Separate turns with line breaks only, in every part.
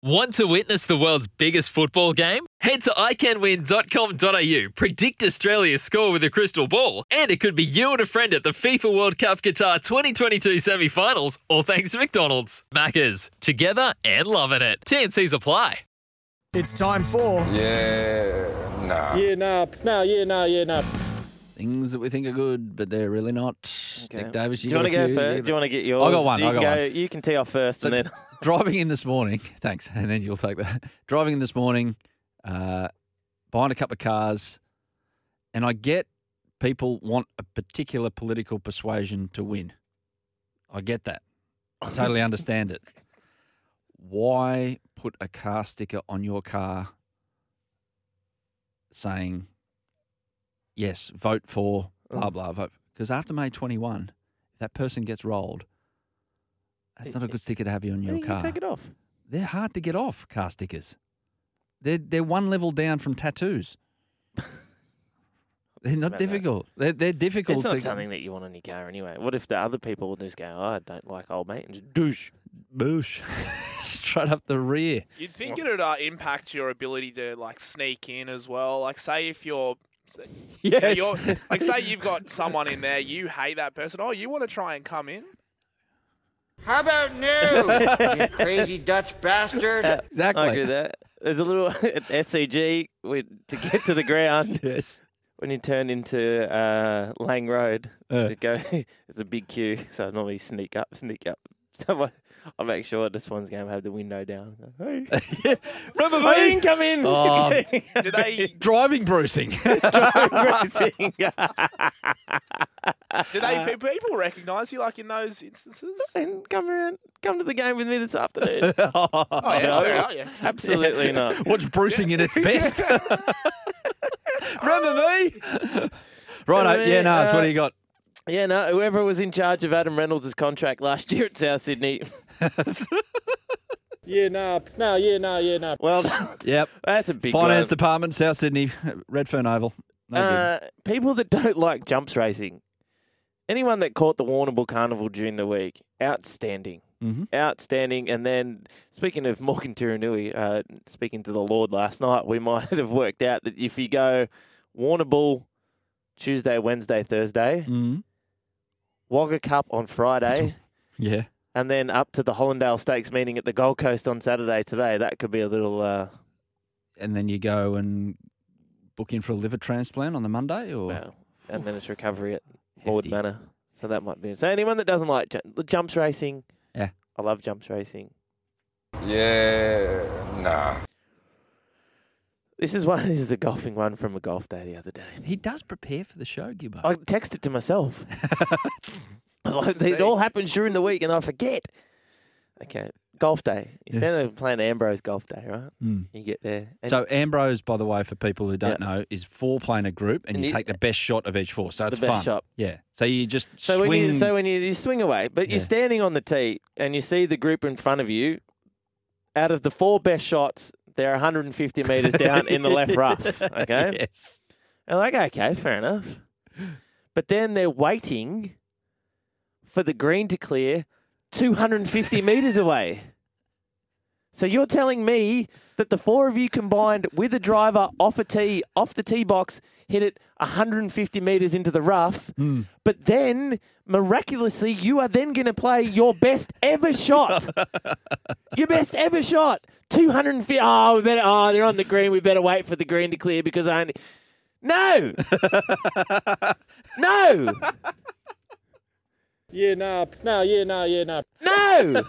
Want to witness the world's biggest football game? Head to iCanWin.com.au, predict Australia's score with a crystal ball, and it could be you and a friend at the FIFA World Cup Qatar 2022 semi finals, all thanks to McDonald's. Maccas, together and loving it. TNC's apply.
It's time for
Yeah, nah.
Yeah, nah. No, yeah, nah, yeah, nah.
Things that we think are good, but they're really not. Nick Davis, you
Do you want
got
to
a
go
few.
first? Do you want to get yours?
I got one,
You
I got
go, You can tee off first, and then
Driving in this morning, thanks, and then you'll take that. Driving in this morning, uh, buying a couple of cars, and I get people want a particular political persuasion to win. I get that. I totally understand it. Why put a car sticker on your car saying, yes, vote for
Oh.
blah, blah, vote? Because after May 21, if that person gets rolled, that's not a good sticker to have you on your
you
car
can take it off.
they're hard to get off car stickers. They're they're one level down from tattoos. they're not
About that.
difficult. They're they're difficult.
It's not
to-
something that you want on your car anyway. What if the other people would just go, oh, I don't like old mate, and just douche.
Boosh. Straight up the rear.
You'd think it'd uh, impact your ability to like sneak in as well. Like, say if you're, you know,
Yes.
you're like, say you've got someone in there, you hate that person. Oh, you want to try and come in?
How about no, you crazy Dutch bastard?
exactly.
I agree with that. There's a little at SCG we, to get to the ground
Yes.
when you turn into uh, Lang Road.
Uh.
you go, it's a big queue, so I normally sneak up, sneak up. So I, I make sure this one's going to have the window down. Hey,
Remember
I didn't come in.
Oh,
Do they
Driving bruising.
Embarrassing.
do they pe- people recognise you like in those instances?
and come around, come to the game with me this afternoon.
Oh yeah,
no.
fair enough, yeah.
Absolutely not.
What's bruising in its best? Remember me? Righto.
Remember me,
Yeah, no,
uh,
what do you got?
Yeah, no. Whoever was in charge of Adam Reynolds' contract last year at South Sydney,
Yeah, nah. No, yeah, nah, yeah, nah.
well,
Yep.
that's a big
Finance
one.
Department, South Sydney, Redfern Oval. No good.
Uh, people that don't like jumps racing. Anyone that caught the Warrnambool Carnival during the week, outstanding.
Mhm.
Outstanding. And then, speaking of Morgan Tiranui, uh, speaking to the Lord last night, we might have worked out that if you go Warrnambool Tuesday, Wednesday, Thursday,
Mhm.
Wagga Cup on Friday,
Yeah.
and then up to the Hollandale Stakes meeting at the Gold Coast on Saturday today, that could be a little. Uh,
and then you go and book in for a liver transplant on the Monday, or
well, and then it's uh, recovery at
Hefty.
Lord Manor. So that might be. So anyone that doesn't like ju- the jumps racing,
Yeah.
I love jumps racing.
Yeah, nah.
This is one. This is a golfing one from a golf day the other day.
he does prepare for the show, Gibbo.
I text it to myself. I was like, it all happens during the week, and I forget. Okay, golf day. You
Yeah.
stand there playing Ambrose golf day, right?
Mm.
You get there. and
So Ambrose, by the way, for people who don't
Yeah.
know, is four playing a group, and,
And
you
you-
take the best shot of each four. So
the
it's fun.
best shot.
Yeah. So you just
So
swing.
when you so when you, you swing away, but you're
Yeah.
standing on the tee and you see the group in front of you. Out of the four best shots, they're 150 meters down in the left rough. Okay,
yes.
and like okay, fair enough. But then they're waiting for the green to clear 250 meters away. So you're telling me that the four of you combined with a driver off a tee, off the tee box, hit it 150 meters into the rough, but then miraculously you are then going to play your best ever shot. your best ever shot. 250. Oh, we better. Oh, they're on the green. We better wait for the green to clear because I only. No. no.
Yeah, nah. No, yeah, nah, yeah, nah.
No.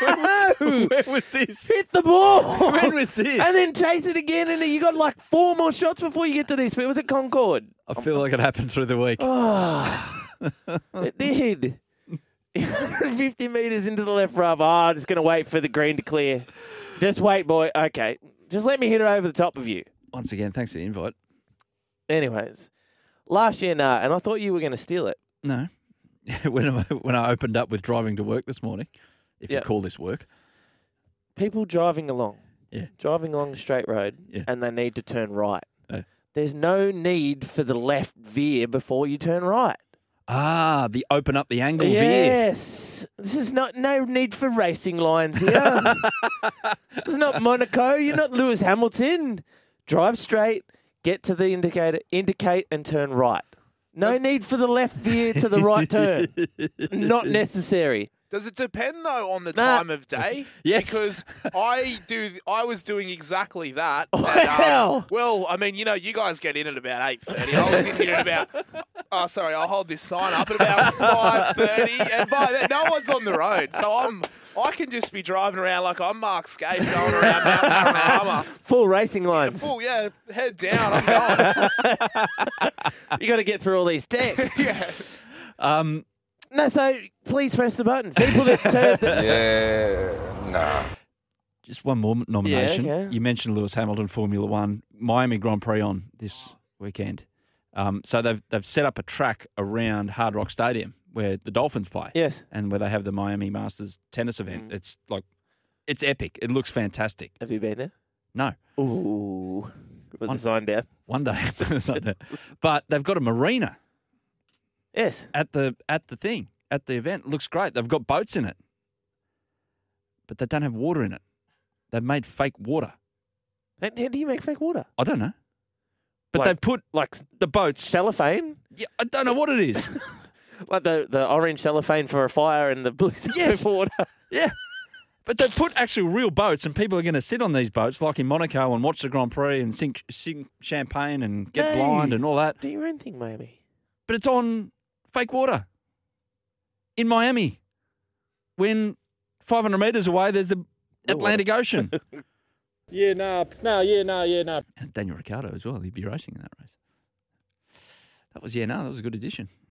no.
Where was this?
Hit the ball.
when was this?
And then chase it again, and then you got like four more shots before you get to this. But it was at Concord.
I feel like it happened through the week.
Oh, it did. 150 metres into the left rough. Oh, I'm just going to wait for the green to clear. Just wait, boy. Okay. Just let me hit it over the top of you.
Once again, thanks for the invite.
Anyways, last year, nah, and I thought you were going to steal it.
No. when I, when I opened up with driving to work this morning, if
Yeah.
you call this work,
People driving along,
Yeah.
driving along a straight road,
Yeah.
and they need to turn right.
Yeah.
There's no need for the left veer before you turn right.
Ah, the open up the angle veer.
Yes. This is not no need for racing lines here. this is not Monaco. You're not Lewis Hamilton. Drive straight, get to the indicator, indicate and turn right. No need for the left veer to the right turn. It's not necessary.
Does it depend though on the
Nah.
time of day?
Yes.
Because I do. I was doing exactly that. and,
Wow.
well, I mean, you know, you guys get in at about eight thirty. I was in here at about. Oh, sorry. I'll hold this sign up at about five thirty, and by then, no one's on the road, so I'm. I can just be driving around like I'm Mark Scape going around Mount Panorama.
Full racing lines.
Full, yeah, head down. I'm going.
You got to get through all these decks.
Yeah.
Um,
No, so please press the button. People that turn the
Yeah, nah.
just one more nomination.
okay.
You mentioned Lewis Hamilton Formula One, Miami Grand Prix on this weekend. Um, so they've they've set up a track around Hard Rock Stadium where the Dolphins play.
Yes.
and where they have the Miami Masters tennis event.
Mm.
It's like it's epic. It looks fantastic.
Have you been there?
No,
Ooh. Put the sign down.
one day, Sunday. but they've got a marina
Yes.
at the at the thing at the event. Looks great. They've got boats in it, but they don't have water in it. They've made fake water.
How how do you make fake water?
I don't know, but
Like-
they've put
Like
the boats.
cellophane?
Yeah, I don't know what it is.
Like the, the orange cellophane for a fire and the blue
Yes.
cellophane for water.
yeah. But they put actual real boats, and people are going to sit on these boats, like in Monaco, and watch the Grand Prix and sink, sink champagne and get
No.
blind and all that.
Do your own thing, Miami.
but it's on fake water in Miami. When 500 meters away, there's the Atlantic Ocean.
Yeah, nah. Nah, yeah, nah, yeah, nah.
That's Daniel Ricciardo as well. He'd be racing in that race. That was yeah, no, that was a good addition.